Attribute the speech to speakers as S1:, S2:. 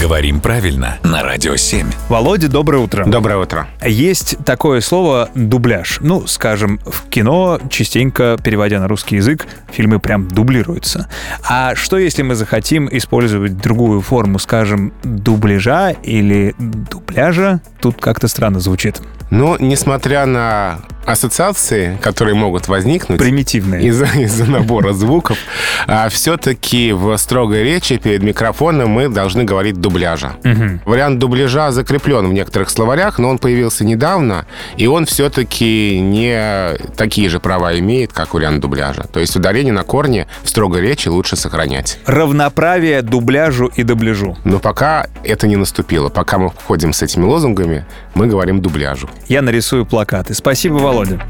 S1: Говорим правильно на Радио 7.
S2: Володя, доброе утро.
S3: Доброе утро.
S2: Есть такое слово «дубляж». Ну, скажем, в кино частенько, переводя на русский язык, фильмы прям дублируются. А что, если мы захотим использовать другую форму, скажем, дубляжа или дубляжа? Тут как-то странно звучит.
S3: Но, Ну, несмотря на ассоциации, которые могут возникнуть
S2: Примитивные.
S3: из-за из-за набора звуков, все-таки в строгой речи перед микрофоном мы должны говорить дубляжа. Вариант дубляжа закреплен в некоторых словарях, но он появился недавно, и он все-таки не такие же права имеет, как вариант дубляжа. То есть ударение на корне в строгой речи лучше сохранять.
S2: Равноправие дубляжу и дубляжу.
S3: Но пока это не наступило. Пока мы ходим с этими лозунгами, мы говорим дубляжу.
S2: Я нарисую плакаты. Спасибо, Володя.